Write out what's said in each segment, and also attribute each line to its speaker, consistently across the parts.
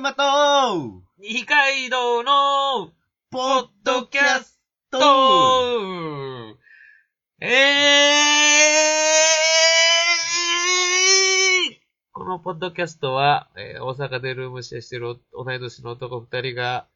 Speaker 1: まと、
Speaker 2: 二階堂の、
Speaker 1: ポ
Speaker 2: ッドキャス
Speaker 1: ト
Speaker 2: と、えーこのポッドキャストは、えー大阪でルームシェアしてるお同い年の男二人が、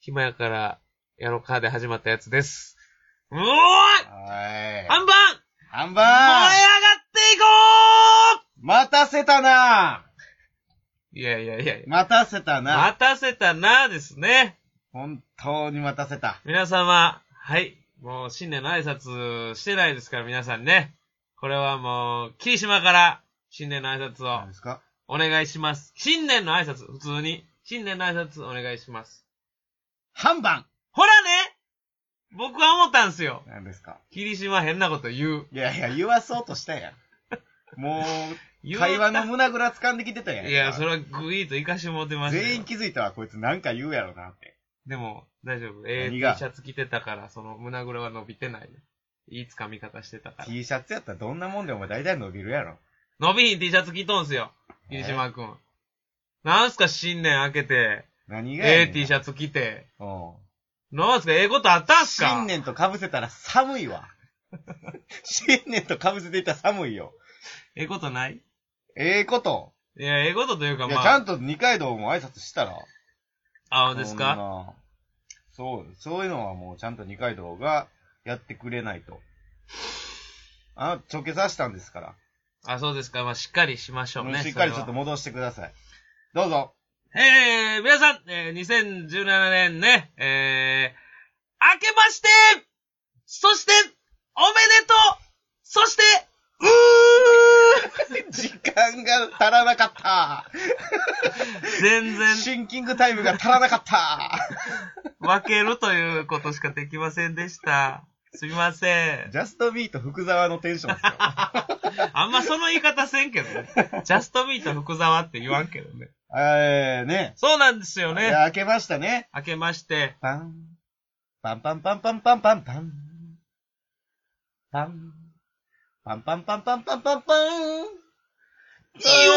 Speaker 2: 暇やから、やろうかで始まったやつです。うおーい
Speaker 1: はい。
Speaker 2: 半ば
Speaker 1: ハン
Speaker 2: 燃え上が
Speaker 1: バー
Speaker 2: っていこ
Speaker 1: 待たせたな
Speaker 2: ういやいやいやいや。
Speaker 1: 待たせたな
Speaker 2: 待たせたなですね。
Speaker 1: 本当に待たせた。
Speaker 2: 皆様、はい。もう新年の挨拶してないですから、皆さんね。これはもう、霧島から新年の挨拶
Speaker 1: 何
Speaker 2: を
Speaker 1: ですか
Speaker 2: お願いします。新年の挨拶、普通に。新年の挨拶お願いします。
Speaker 1: 半番
Speaker 2: ほらね僕は思ったんすよ。
Speaker 1: 何ですか
Speaker 2: 霧島変なこと言う。
Speaker 1: いやいや、言わそうとしたや ん。もう、
Speaker 2: 言う
Speaker 1: 会話の胸ぐら掴んできてたやん。
Speaker 2: いや、それはグイーと生かしてもうてましたよ
Speaker 1: 全員気づいたわ、こいつなんか言うやろなって。
Speaker 2: でも、大丈夫。えー、T
Speaker 1: 何が
Speaker 2: シャツ着てたから、その胸ぐらは伸びてない。いい掴み方してたから。
Speaker 1: T シャツやったらどんなもんでも大体伸びるやろ。
Speaker 2: 伸びひん T シャツ着とんすよ。霧島くん。なんすか新年明けて、
Speaker 1: 何が
Speaker 2: ええ T シ
Speaker 1: ャツ。
Speaker 2: ャツ着て。
Speaker 1: うん。
Speaker 2: なんすかええことあったんすか
Speaker 1: 新年と被せたら寒い わ。新年と被せていたら寒いよ。
Speaker 2: ええことない
Speaker 1: ええこと。
Speaker 2: いや、ええことというか
Speaker 1: いや、
Speaker 2: ま
Speaker 1: ちゃ
Speaker 2: あ、
Speaker 1: んと二階堂も挨拶したら。
Speaker 2: あほんですか
Speaker 1: かそう、そういうのはもうちゃんと二階堂がやってくれないと。あ、ちょけさしたんですから。
Speaker 2: あ、そうですか。まあ、しっかりしましょう
Speaker 1: もう
Speaker 2: ね。
Speaker 1: しっかり
Speaker 2: そ
Speaker 1: ちょ
Speaker 2: れは
Speaker 1: っと戻してください。どうぞ。
Speaker 2: えー、皆さん、えー、2017年ね、えー、明けましてそして、おめでとうそして、う
Speaker 1: 時間が足らなかった。
Speaker 2: ー全然
Speaker 1: シンキングタイムが足らなか った。
Speaker 2: 分けるということしかできませんでした。すみません。
Speaker 1: ジャストミート福沢のテンションですよ。
Speaker 2: あんまその言い方せんけどね。 ジャストミート福沢って言わんけどね。
Speaker 1: えー、ね。
Speaker 2: そうなんですよ
Speaker 1: い
Speaker 2: ね。
Speaker 1: や、開けましたね。
Speaker 2: 明けまして、
Speaker 1: パン。パンパンパンパンパンパンパン。パン。パンパンパンパンパンパンパン。
Speaker 2: い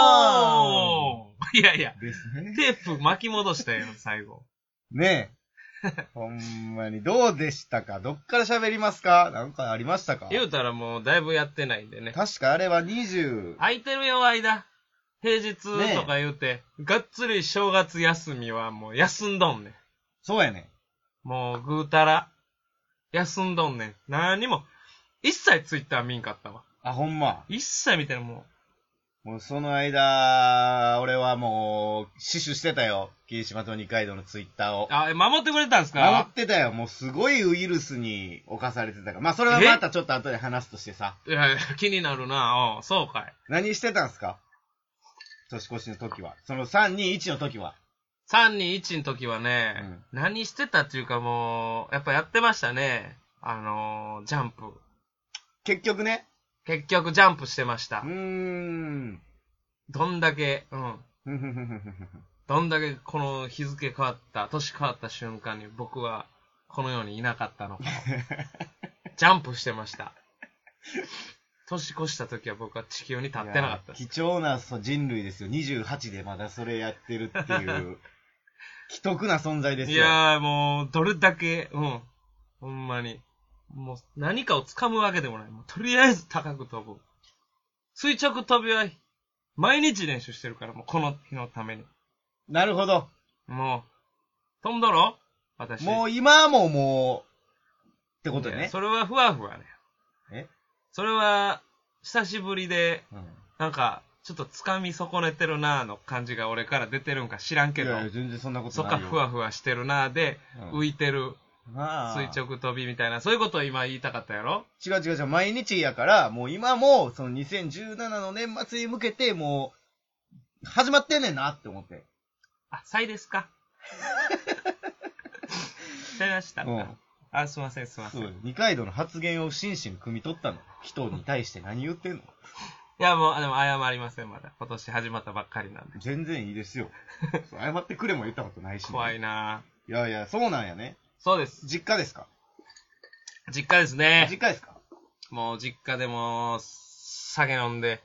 Speaker 2: よーいやいや、
Speaker 1: ですね。
Speaker 2: テープ巻き戻したよ、最 後。
Speaker 1: ねえ。ほんまに、どうでしたかどっから喋りますかなんかありましたか
Speaker 2: 言うたらもうだいぶやってないんでね。
Speaker 1: 確かあれは20、
Speaker 2: 空いてるよ、間。平日とか言うて、がっつり正月休みはもう休んどんねん。
Speaker 1: そうやね。
Speaker 2: もうぐうたら、休んどんねん。何にも、一切ツイッター見んかったわ。
Speaker 1: あ、ほんま。
Speaker 2: 一切見てない、も
Speaker 1: もうその間、俺はもう、死守してたよ。霧島と二階堂のツイッターを
Speaker 2: う。。あ、え守ってくれてたんです
Speaker 1: 守
Speaker 2: か
Speaker 1: ってたよ。もうすごいウイルスに侵されてたから。まあそれはまたちょっと後で話すとしてさ。
Speaker 2: いやいや、気になるなおうそうかい。
Speaker 1: 何してたんすか年越しの時は。その321の時は。
Speaker 2: 321の時はね、何してたっていうかもう、やっぱやってましたね。あのー、ジャンプ。
Speaker 1: 結局ね。
Speaker 2: 結局ジャンプしてまし
Speaker 1: う
Speaker 2: た
Speaker 1: ー。ん。
Speaker 2: どんだけ、うん。どんだけこの日付変わった、年変わった瞬間に僕はこの世にいなかった のかを。ジャンプしてました。年越した時は僕は地球に立ってなかったです
Speaker 1: いや貴重なそう人類ですよ。28でまだそれやってるって いう。奇特な存在です
Speaker 2: い
Speaker 1: よ。
Speaker 2: やーもう、どれだけ、うん。ほんまに。もう、何かを掴むわけでもない。もうとりあえず高く飛ぶ。垂直飛びは、毎日練習してるから、もうこの日のために。
Speaker 1: なるほど。
Speaker 2: もう、飛んだろ私。
Speaker 1: もう今はもうもう、ってこと
Speaker 2: い
Speaker 1: ね
Speaker 2: や。それはふわふわね。
Speaker 1: え
Speaker 2: それは、久しぶりで、
Speaker 1: うん
Speaker 2: なんか、ちょっと掴み損ねてるなーの感じが俺から出てるんか知らんけ
Speaker 1: い
Speaker 2: ど
Speaker 1: やい、や、全然そんなこと
Speaker 2: そっ
Speaker 1: な
Speaker 2: か
Speaker 1: いよ。
Speaker 2: ふわふわしてるなーで、
Speaker 1: うん
Speaker 2: 浮いてる
Speaker 1: まあ
Speaker 2: 垂直飛びみたいな、そういうことを今言いたかったやろ
Speaker 1: 違う違う違う、毎日やから、もう今も、その2017の年末に向けて、もう、始まってんねんなって思って。
Speaker 2: あ、サイですか。ちゃいましたか。
Speaker 1: うん
Speaker 2: あ、すいません、すいませ
Speaker 1: そ、
Speaker 2: ん。いう
Speaker 1: 二階堂の発言を真摯に汲み取ったの。人に対して何言ってんの
Speaker 2: や、もう、あでも謝りません、まだ。今年始まったばっかりなんで。
Speaker 1: 全然いいです よ。そう謝ってくれも言ったことないし、
Speaker 2: 怖い
Speaker 1: い。
Speaker 2: なぁ。
Speaker 1: いやいや、そうなんやね。
Speaker 2: そうです。
Speaker 1: 実家ですか
Speaker 2: 実家ですね。
Speaker 1: 実家ですか
Speaker 2: もう実家でもう、酒飲んで、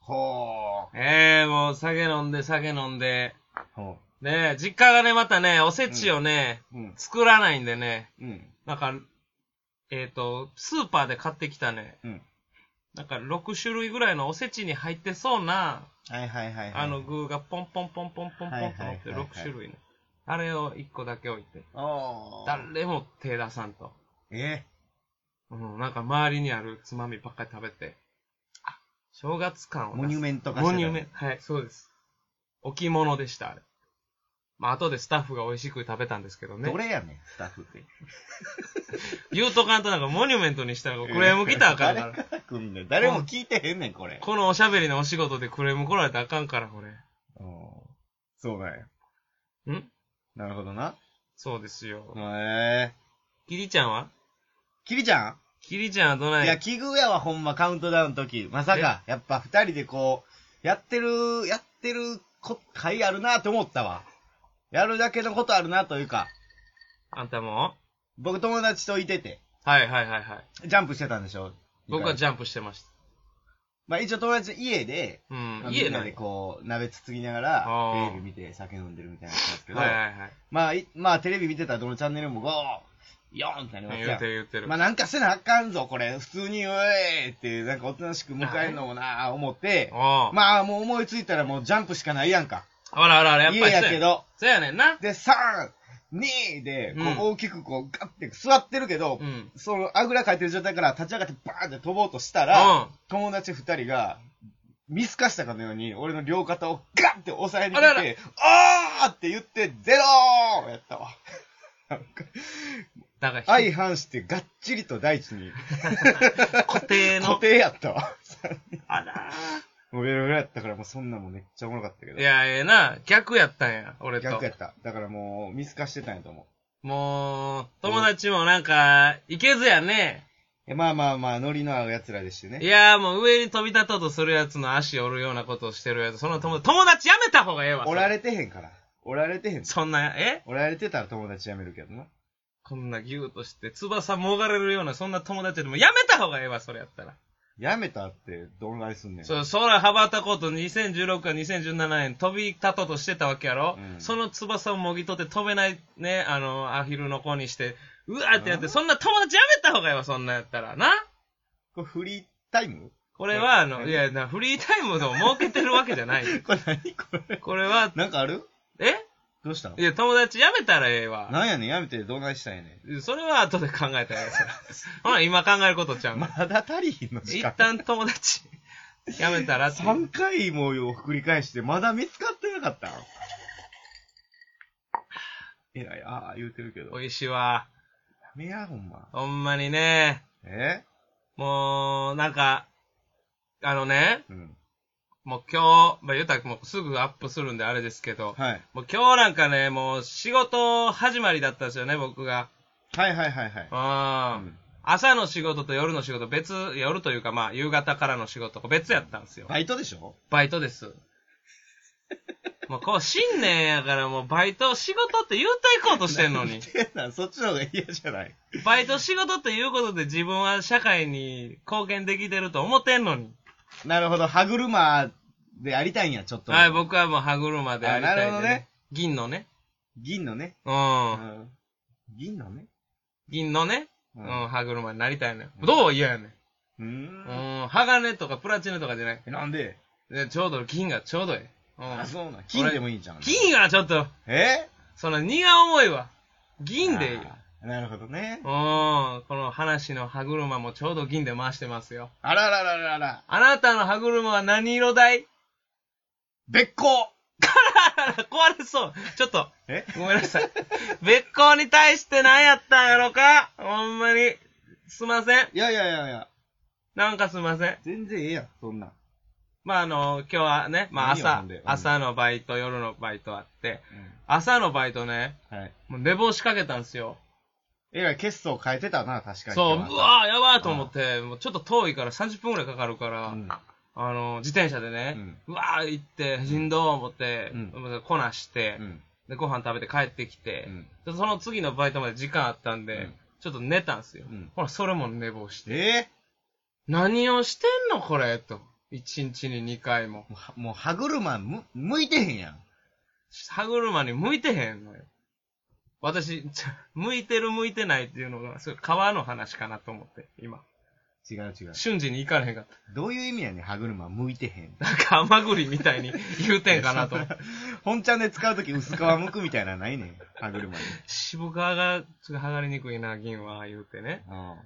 Speaker 1: ほ
Speaker 2: ええもう酒飲んで酒飲んで。
Speaker 1: う。ほ
Speaker 2: ねえ、実家がね、またね、おせちをね、
Speaker 1: う。うん。
Speaker 2: 作らないんでね、
Speaker 1: うん。
Speaker 2: なんか、えっ、と、スーパーで買ってきたね、
Speaker 1: うん。
Speaker 2: なんか6種類ぐらいのおせちに入ってそうな、
Speaker 1: はいはいはい、はい。
Speaker 2: あの具がポンポンポンポンポンポンと乗って
Speaker 1: はいはいはいはい
Speaker 2: 6種類の。あれを1個だけ置いて、
Speaker 1: おー。
Speaker 2: 誰も手出さんと。
Speaker 1: え
Speaker 2: うん、なんか周りにあるつまみばっかり食べて、あ、正月感を出す
Speaker 1: モニュメント化して
Speaker 2: モ
Speaker 1: た
Speaker 2: ニュメント。はい、そうです。置物でした、あれ。まあ、後でスタッフが美味しく食べたんですけどね
Speaker 1: ど。れやねん、スタッフって。
Speaker 2: 言うとかんとなんかモニュメントにしたらクレーム来たらあかんか
Speaker 1: 誰
Speaker 2: ら。
Speaker 1: から来んねん。誰も聞いてへんねん、これ。
Speaker 2: このおしゃべりのお仕事でクレーム来られたらあかんから、これ。
Speaker 1: おーそうだよ。
Speaker 2: ん
Speaker 1: なるほどな。
Speaker 2: そうですよ。
Speaker 1: へえ。
Speaker 2: キリちゃんは
Speaker 1: キリちゃん
Speaker 2: キリちゃんはどない
Speaker 1: いや、奇遇やわ、ほんま、カウントダウンの時。まさか、やっぱ二人でこう、やってる、やってるこ、回あるなと思ったわ。やるだけのことあるなというか、
Speaker 2: あんたも
Speaker 1: 僕友達といてて、
Speaker 2: はいはいはいはい。
Speaker 1: ジャンプしてたんでしょ
Speaker 2: 僕はジ
Speaker 1: ャンプ。
Speaker 2: ャンプしてまし
Speaker 1: まあ一応友達家で、
Speaker 2: た。う
Speaker 1: ま
Speaker 2: ん
Speaker 1: あ、
Speaker 2: 家
Speaker 1: みん
Speaker 2: な
Speaker 1: なんで
Speaker 2: や
Speaker 1: こう、鍋つつぎながら
Speaker 2: あ、ー
Speaker 1: テレビ見て酒飲んでるみたいな感じですけど、
Speaker 2: はいはいはい。
Speaker 1: まあ、いまあテレビ見てたらどのチャンネルもゴー、ヨーンってなります
Speaker 2: 言
Speaker 1: や
Speaker 2: うんて。る言うてる。
Speaker 1: まあなんかせなあかんぞ、これ。普通に、うえーって、なんかおとなしく迎えるのもなあ思って、
Speaker 2: おう
Speaker 1: まあもう思いついたらもうジャンプしかないやんか。
Speaker 2: あらあらあら、やっぱ
Speaker 1: 家
Speaker 2: りそう
Speaker 1: や
Speaker 2: や
Speaker 1: け
Speaker 2: ねん。
Speaker 1: ど。
Speaker 2: そうやねんな。
Speaker 1: で、3、2で、こ
Speaker 2: うん
Speaker 1: う大きくこうガッて座ってるけど、
Speaker 2: うん。
Speaker 1: そのあぐらかいてる状態から立ち上がってバーンって飛ぼうとしたら、
Speaker 2: うん。
Speaker 1: 友達2人が、見透かしたかのように、俺の両肩をガッて押さえに来
Speaker 2: あらら
Speaker 1: て、あーって言って、ゼローやったわ。
Speaker 2: だから、
Speaker 1: 相反して、がっちりと大地に、
Speaker 2: 固定の。
Speaker 1: 固 定やったわ。
Speaker 2: あら
Speaker 1: もうベロベロやったから、もうそんなんもめっちゃおもろかったけど。
Speaker 2: い、や、ええな。逆やったんや、俺と。
Speaker 1: 逆やった。だからもう、見透かしてたんやと思う。
Speaker 2: もう、友達もなんか、いけずやね。
Speaker 1: えまあまあまあ、ノリの合う奴らでして
Speaker 2: い
Speaker 1: ね。
Speaker 2: やもう上に飛び立とうとするやつの足折るようなことをしてるやつ、その友達、友達やめた方がええわ。そ
Speaker 1: おられてへんから。おられてへん。
Speaker 2: そんな、え
Speaker 1: おられてたら友達辞めるけどな。
Speaker 2: こんなギューとして、翼もがれるような、そんな友達でもやめた方がええわ、それやったら。
Speaker 1: 辞めたって、どんなにすんねん。
Speaker 2: そう、空羽ばたこうと2016か2017年飛び立とうとしてたわけやろ、
Speaker 1: うん
Speaker 2: その翼をもぎ取って飛べないね、あの、アヒルの子にして、うわーってやっ
Speaker 1: う
Speaker 2: て、
Speaker 1: ん
Speaker 2: そんな友達やめた方がええわ、そんなんやったら。な
Speaker 1: これフリータイム
Speaker 2: これは、あの、
Speaker 1: うん
Speaker 2: いや、なフリータイムを設けてるわけじゃない。
Speaker 1: これ何これ。
Speaker 2: これは、
Speaker 1: なんかある
Speaker 2: え
Speaker 1: どうしたの
Speaker 2: いや、友達やめたらええわ。
Speaker 1: なんやねん、やめてどんなにしたんやね。
Speaker 2: それは後で考えたらええさ。ほら、今考えることちゃうんん
Speaker 1: ま。だ足りひんの時
Speaker 2: 一
Speaker 1: 間。
Speaker 2: 旦友達やめたらっていう。
Speaker 1: 3回もよ、繰り返して、まだ見つかってなかったんいやいや、ああ、言うてるけど。や
Speaker 2: 美味しいわ。
Speaker 1: めや、ほんま。
Speaker 2: ほんまにね。
Speaker 1: え
Speaker 2: もう、なんか、あのね、
Speaker 1: うん。
Speaker 2: もう今日、まあ、言うたらもうすぐアップするんであれですけど、
Speaker 1: はい。
Speaker 2: もう今日なんかね、もう仕事始まりだったんですよね、僕が。
Speaker 1: はいはいはいはい。
Speaker 2: うん。
Speaker 1: うん
Speaker 2: 朝の仕事と夜の仕事別、夜というかまあ夕方からの仕事別やったんですよ。
Speaker 1: バイトでしょ
Speaker 2: バイトです。もうこう新年やからもうバイト仕事って言うていこうとしてんのに。
Speaker 1: てな、そっちの方が嫌じゃない。
Speaker 2: バイト仕事っていうことで自分は社会に貢献できてると思ってんのに。
Speaker 1: なるほど、歯車でありたいんや、ちょっと。
Speaker 2: はい、僕はもう歯車でありたいんで、
Speaker 1: あなるほどね
Speaker 2: 銀のね。
Speaker 1: 銀のね。
Speaker 2: う。
Speaker 1: うんん。銀のね。
Speaker 2: 銀のね。
Speaker 1: う
Speaker 2: うんん、歯車になりたいのよ。
Speaker 1: うん
Speaker 2: どう嫌やね
Speaker 1: うーん
Speaker 2: ん。うん、鋼とかプラチナとかじゃない。
Speaker 1: えなんで
Speaker 2: でちょうど銀がちょうどいい。う
Speaker 1: あ、
Speaker 2: ん。
Speaker 1: そうなん。金でもいいんじゃん。
Speaker 2: 銀はちょっと、
Speaker 1: え
Speaker 2: その荷が重いわ。銀でいいよ。
Speaker 1: あーなるほどね
Speaker 2: う。ん、この話の歯車もちょうど銀で回してますよ。
Speaker 1: あらららららら。
Speaker 2: あなたの歯車は何色だい
Speaker 1: べっこ
Speaker 2: 壊れそう。ちょっと。
Speaker 1: え
Speaker 2: ごめんなさい。別行に対して何やったんやろかほんまに。すいません。
Speaker 1: いやいやいやいや、
Speaker 2: なんかすいません。
Speaker 1: 全然ええやん、そんなん。
Speaker 2: まあ、あの、今日はね、まあ
Speaker 1: いいよほ
Speaker 2: 朝
Speaker 1: んでう、ん
Speaker 2: 朝のバイト、夜のバイトあって、朝のバイトね、
Speaker 1: はい。
Speaker 2: もう寝坊しかけたんですよ。
Speaker 1: えらい、血相変えてたな、確かに。
Speaker 2: そう、う
Speaker 1: わ
Speaker 2: わーやばーと思って、もうちょっと遠いから30分くらいかかるから、
Speaker 1: うん。
Speaker 2: あの、自転車でね、うわー行って、しんどー思って、
Speaker 1: うん
Speaker 2: もうこなして、
Speaker 1: うん。
Speaker 2: で、ご飯食べて帰ってきて、
Speaker 1: うん
Speaker 2: でその次のバイトまで時間あったんで、
Speaker 1: うん
Speaker 2: ちょっと寝たんですよ。
Speaker 1: うん
Speaker 2: ほら、それも寝坊して。
Speaker 1: え
Speaker 2: 何をしてんのこれと。一日に2回
Speaker 1: も
Speaker 2: も。
Speaker 1: うはもう歯車む、向いてへんやん。
Speaker 2: 歯車に向いてへんのよ。私、ちゃ向いてる向いてないっていうのが、それ川の話かなと思って、今。
Speaker 1: 違う違う。
Speaker 2: 瞬時に行かれへんかっ
Speaker 1: どういう意味やねん、歯車向いてへん。
Speaker 2: た。なんか、甘栗みたい に言うてんかなと思って。
Speaker 1: 本ちゃんで使うとき薄皮むくみたいなのないねん、歯車に。
Speaker 2: 渋皮が、ちょっと剥がれにくいな、銀は、言うてね。
Speaker 1: うん。あ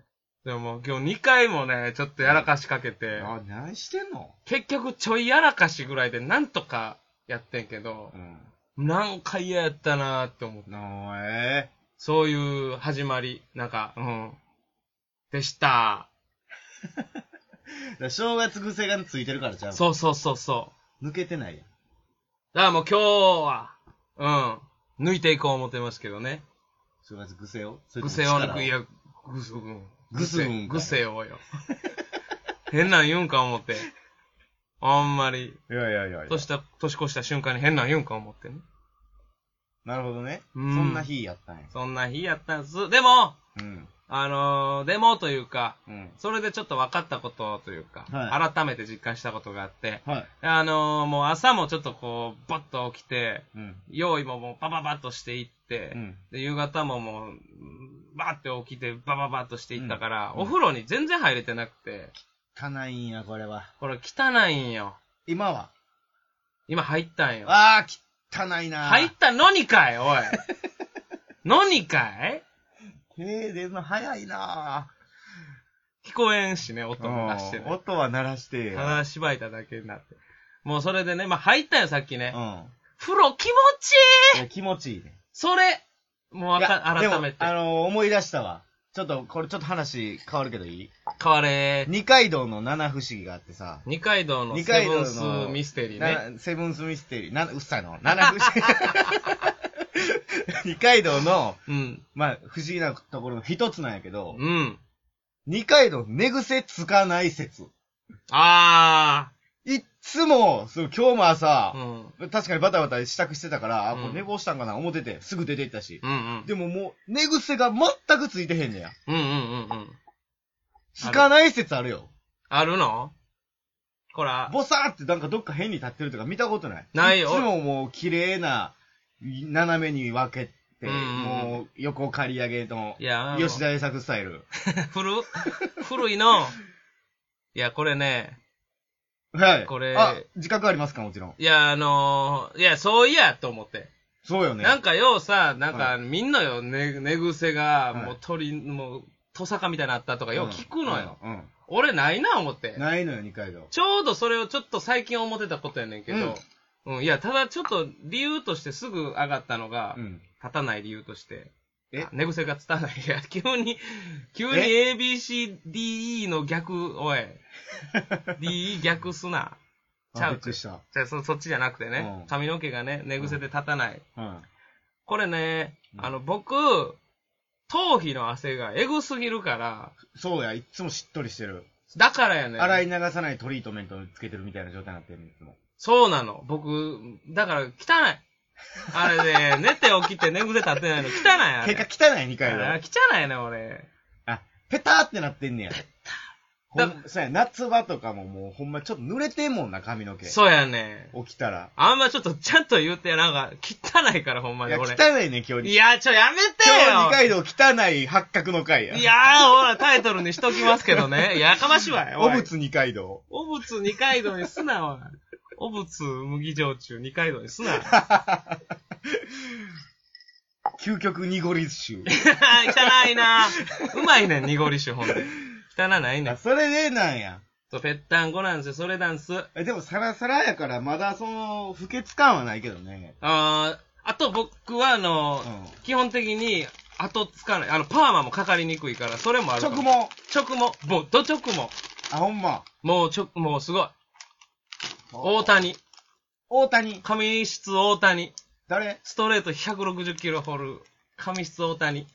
Speaker 2: でももう今日2回もね、ちょっとやらかしかけて、、
Speaker 1: 何してんの
Speaker 2: 結局ちょいやらかしぐらいでなんとかやってんけど
Speaker 1: う、ん。
Speaker 2: なんか嫌やったなーって思って。
Speaker 1: なあ、え
Speaker 2: そういう始まり、なんか、うん。でした。
Speaker 1: えだから正月癖がついてるからちゃう。。
Speaker 2: そうそうそうそう
Speaker 1: 抜けてないやん。
Speaker 2: う。だからもう今日は、うん。抜いていこう思ってますけどね。
Speaker 1: 正月癖をそれとも
Speaker 2: 癖を抜
Speaker 1: 力
Speaker 2: く、いや、ぐすぐん。
Speaker 1: ぐすぐんかい
Speaker 2: 癖をよ。変なん言うんか思って。あんまり、
Speaker 1: いやいやいやいや
Speaker 2: 年した、年越した瞬間に変なん言うんか思ってね。
Speaker 1: なるほどね。そ
Speaker 2: うん
Speaker 1: んな日やったんや。
Speaker 2: そんな日やったんす。でも、
Speaker 1: うん。
Speaker 2: あのーでもというか、
Speaker 1: うん。
Speaker 2: それでちょっと分かったことというか、
Speaker 1: は
Speaker 2: 改めて実感したことがあって、
Speaker 1: はい。
Speaker 2: あのーもう朝もちょっとこう、バッと起きて、
Speaker 1: うん。
Speaker 2: 用意ももうバババッとしていって、
Speaker 1: うん。
Speaker 2: で夕方ももう、うんバッて起きて、バババッとしていったから、
Speaker 1: うん
Speaker 2: お風呂に全然入れてなくて、
Speaker 1: 汚いんや、これは。
Speaker 2: これ汚いんよ。
Speaker 1: 今は。
Speaker 2: 今入ったんよ。
Speaker 1: ああ、汚いな。
Speaker 2: 入ったのにか い、おい。のにかい
Speaker 1: 手出るの早いな。
Speaker 2: 聞こえんしね、音も出して
Speaker 1: う
Speaker 2: ね
Speaker 1: ん。音は鳴らして
Speaker 2: ただ
Speaker 1: よ。
Speaker 2: しばいただけになって。もうそれでね、まあ入ったよ、さっき
Speaker 1: う
Speaker 2: ね
Speaker 1: ん。い。や
Speaker 2: 風呂気持ちいい
Speaker 1: 気持ちいいね。
Speaker 2: それもうわか、
Speaker 1: いや
Speaker 2: 改めて
Speaker 1: でも、あ。のー、思い出したわ。ちょっと、これちょっと話変わるけどいい
Speaker 2: 変われー。
Speaker 1: 二階堂の七不思議があってさ、
Speaker 2: 二階堂の
Speaker 1: 二
Speaker 2: セ
Speaker 1: 階堂
Speaker 2: ブ
Speaker 1: の
Speaker 2: ンスミステリーね。
Speaker 1: なセブンスミステリー、なうっさいの、七不思議。 二階堂の、
Speaker 2: うん。
Speaker 1: まあ、不思議なところの一つなんやけど、
Speaker 2: うん。
Speaker 1: 二階堂寝癖つかない説。
Speaker 2: あ
Speaker 1: いっつも、そう今日も朝
Speaker 2: ー。う、ん。
Speaker 1: 確かにバタバタ支度してたから、あ、
Speaker 2: うん
Speaker 1: これ寝坊したんかな思ってて、すぐ出て行ったし。
Speaker 2: うんうん。
Speaker 1: でももう、寝癖が全くついてへんねや。
Speaker 2: うんうんうんうん。
Speaker 1: つかない説あるよ。
Speaker 2: あるのこら、
Speaker 1: ボサーってなんかどっか変に立ってるとか見たことない。
Speaker 2: ない
Speaker 1: い
Speaker 2: よ
Speaker 1: つももう綺麗な、い斜めに分けて、
Speaker 2: うんうん
Speaker 1: もう横刈り上げの
Speaker 2: い、や、あの
Speaker 1: 吉田栄作スタイル。
Speaker 2: 古古いの。いや、これね、
Speaker 1: はい。
Speaker 2: これ
Speaker 1: あ、自覚ありますかもちろん。
Speaker 2: いや、あのー、いや、そういや、と思って。
Speaker 1: そうよね。
Speaker 2: なんかようさ、なん
Speaker 1: は
Speaker 2: かみんなよ、ね、寝癖が、
Speaker 1: はい
Speaker 2: もう鳥、もう、トサカみたいになったとかよう聞くのよ。
Speaker 1: うん。うん
Speaker 2: 俺ないな、思って
Speaker 1: うん。ないのよ、二階堂。
Speaker 2: ちょうどそれをちょっと最近思ってたことやねんけど、うん、いや、ただちょっと理由としてすぐ上がったのが、
Speaker 1: うん。
Speaker 2: 立たない理由として、
Speaker 1: え
Speaker 2: あ寝癖がつたない。いや、急に、急に ABCDE の 逆、おい。DE 逆すな。ち
Speaker 1: あ
Speaker 2: ゃ
Speaker 1: びっ
Speaker 2: う
Speaker 1: くりした。
Speaker 2: じゃあそ、そっちじゃなくてね、
Speaker 1: うん
Speaker 2: 髪の毛がね、寝癖で立たない。
Speaker 1: うん。
Speaker 2: これね、
Speaker 1: うん
Speaker 2: あの、僕、頭皮の汗がエグすぎるから、
Speaker 1: そうや、いっつもしっとりしてる。
Speaker 2: だからやねん。
Speaker 1: 洗い流さないトリートメントつけてるみたいな状態になってるんですもん。
Speaker 2: そうなの。僕、だから汚い。あれ ね、寝て起きて寝癖立てないの汚い、あれ。
Speaker 1: 結果汚い、二階
Speaker 2: あ
Speaker 1: 堂。
Speaker 2: 汚いね、俺。
Speaker 1: あ、ペターってなってんねや。ほん、そうや、夏場とかももうほんまちょっと濡れてんもんな、髪の毛。
Speaker 2: そうやね。
Speaker 1: 起きたら。
Speaker 2: あんまちょっとちゃんと言って、なんか、汚いから、ほんま
Speaker 1: い
Speaker 2: に
Speaker 1: や、
Speaker 2: 俺。
Speaker 1: 汚いね、今日
Speaker 2: い
Speaker 1: に。
Speaker 2: や、ちょ、やめ
Speaker 1: 今日は二
Speaker 2: て
Speaker 1: 階堂汚い八角の回や。
Speaker 2: よい、やー、ほら、タイトルにしときますけ どね。やかましいわよ。
Speaker 1: お
Speaker 2: おい
Speaker 1: 仏二階堂。
Speaker 2: お仏二階堂にすな、おい。お仏麦焼酎二階堂にすな。
Speaker 1: 究極濁り臭。
Speaker 2: 汚いなうまいねん、濁り酒、ほんで。汚ないね
Speaker 1: あ
Speaker 2: ん。
Speaker 1: それでなんや。
Speaker 2: そう、ぺったんこなんですよ、それなんす。
Speaker 1: えでもサラサラやから、まだその、不潔感はないけどね。
Speaker 2: あーあと僕は、あの、
Speaker 1: うん
Speaker 2: 基本的に、後つかない。あの、パーマもかかりにくいから、それもあるか
Speaker 1: 直
Speaker 2: も。
Speaker 1: 毛。
Speaker 2: 直毛。もう、ど直毛。
Speaker 1: あ、ほんま。
Speaker 2: もう、直、もうすごい。大。谷。
Speaker 1: 大谷。
Speaker 2: 髪質大谷。
Speaker 1: 誰
Speaker 2: ストレート160キロ掘る。髪質大谷。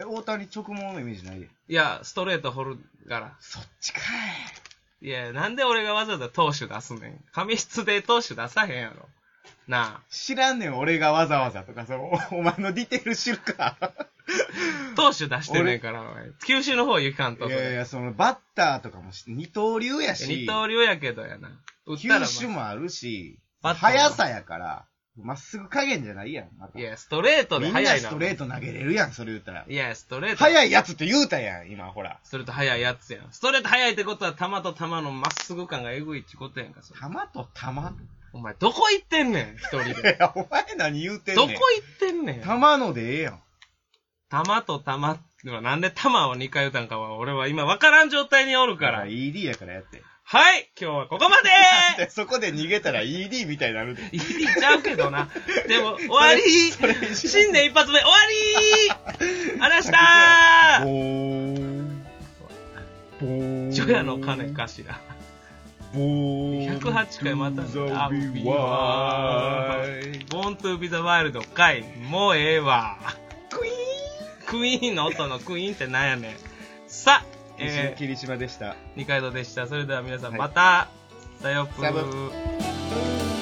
Speaker 1: え、大谷直毛のイメージないで。
Speaker 2: いや、ストレート掘るから。
Speaker 1: そっちか
Speaker 2: いや、なんで俺がわざわざ投手出すねん。髪質で投手出さへんやろ。な
Speaker 1: 知らんねん、俺がわざわざとか、その、 おお前のディテール知るか。
Speaker 2: あ。投手出してないから、お前九州の方行かんと。そ
Speaker 1: い
Speaker 2: れ
Speaker 1: やいや、その、バッターとかもし二刀流やし、
Speaker 2: 二刀流やけどやな。打っ
Speaker 1: 球
Speaker 2: たら、
Speaker 1: 種もあるし、
Speaker 2: バッターも
Speaker 1: 速さやから、まっすぐ加減じゃないやん。また
Speaker 2: いや、ストレート
Speaker 1: み
Speaker 2: で
Speaker 1: んな
Speaker 2: 速い
Speaker 1: ス
Speaker 2: な。
Speaker 1: トレート投げれるやん、それ言ったら。
Speaker 2: いや、ストレート。
Speaker 1: 速いやつって言うたやん、今、ほら。
Speaker 2: ストレート速いやつやん。ストレート速いってことは、球と球のまっすぐ感がえぐいってことやんか、それ
Speaker 1: 球と球
Speaker 2: お前、どこ行ってんねん、一人で。
Speaker 1: いや、お前何言うてんね
Speaker 2: ど
Speaker 1: ん。
Speaker 2: こ行ってんねん。
Speaker 1: 球のでええやん。
Speaker 2: 玉と玉ってのはなんで玉を2回打たんかは俺は今分からん状態におる
Speaker 1: だか
Speaker 2: からら。
Speaker 1: ED やからやって。
Speaker 2: はい今日はここまで
Speaker 1: でそこで逃げたら ED みたいになるで。
Speaker 2: いいちゃうけ どな。でも、終わり新年一発目、終 わりあらした
Speaker 1: ボ
Speaker 2: ー
Speaker 1: ーン。ボーン。
Speaker 2: ジョヤの金。かしら。
Speaker 1: ボーン。
Speaker 2: 108回また
Speaker 1: be wide.
Speaker 2: ボーントゥービザワイルド回、もうええわ。
Speaker 1: クイーン。
Speaker 2: クイーンの音のクイーンってなんやねん。さあ、
Speaker 1: え
Speaker 2: え
Speaker 1: 霧島でした。
Speaker 2: ー、二階堂でした。それでは皆さん
Speaker 1: はい
Speaker 2: また、さよぷ
Speaker 1: さよ
Speaker 2: ー。
Speaker 1: う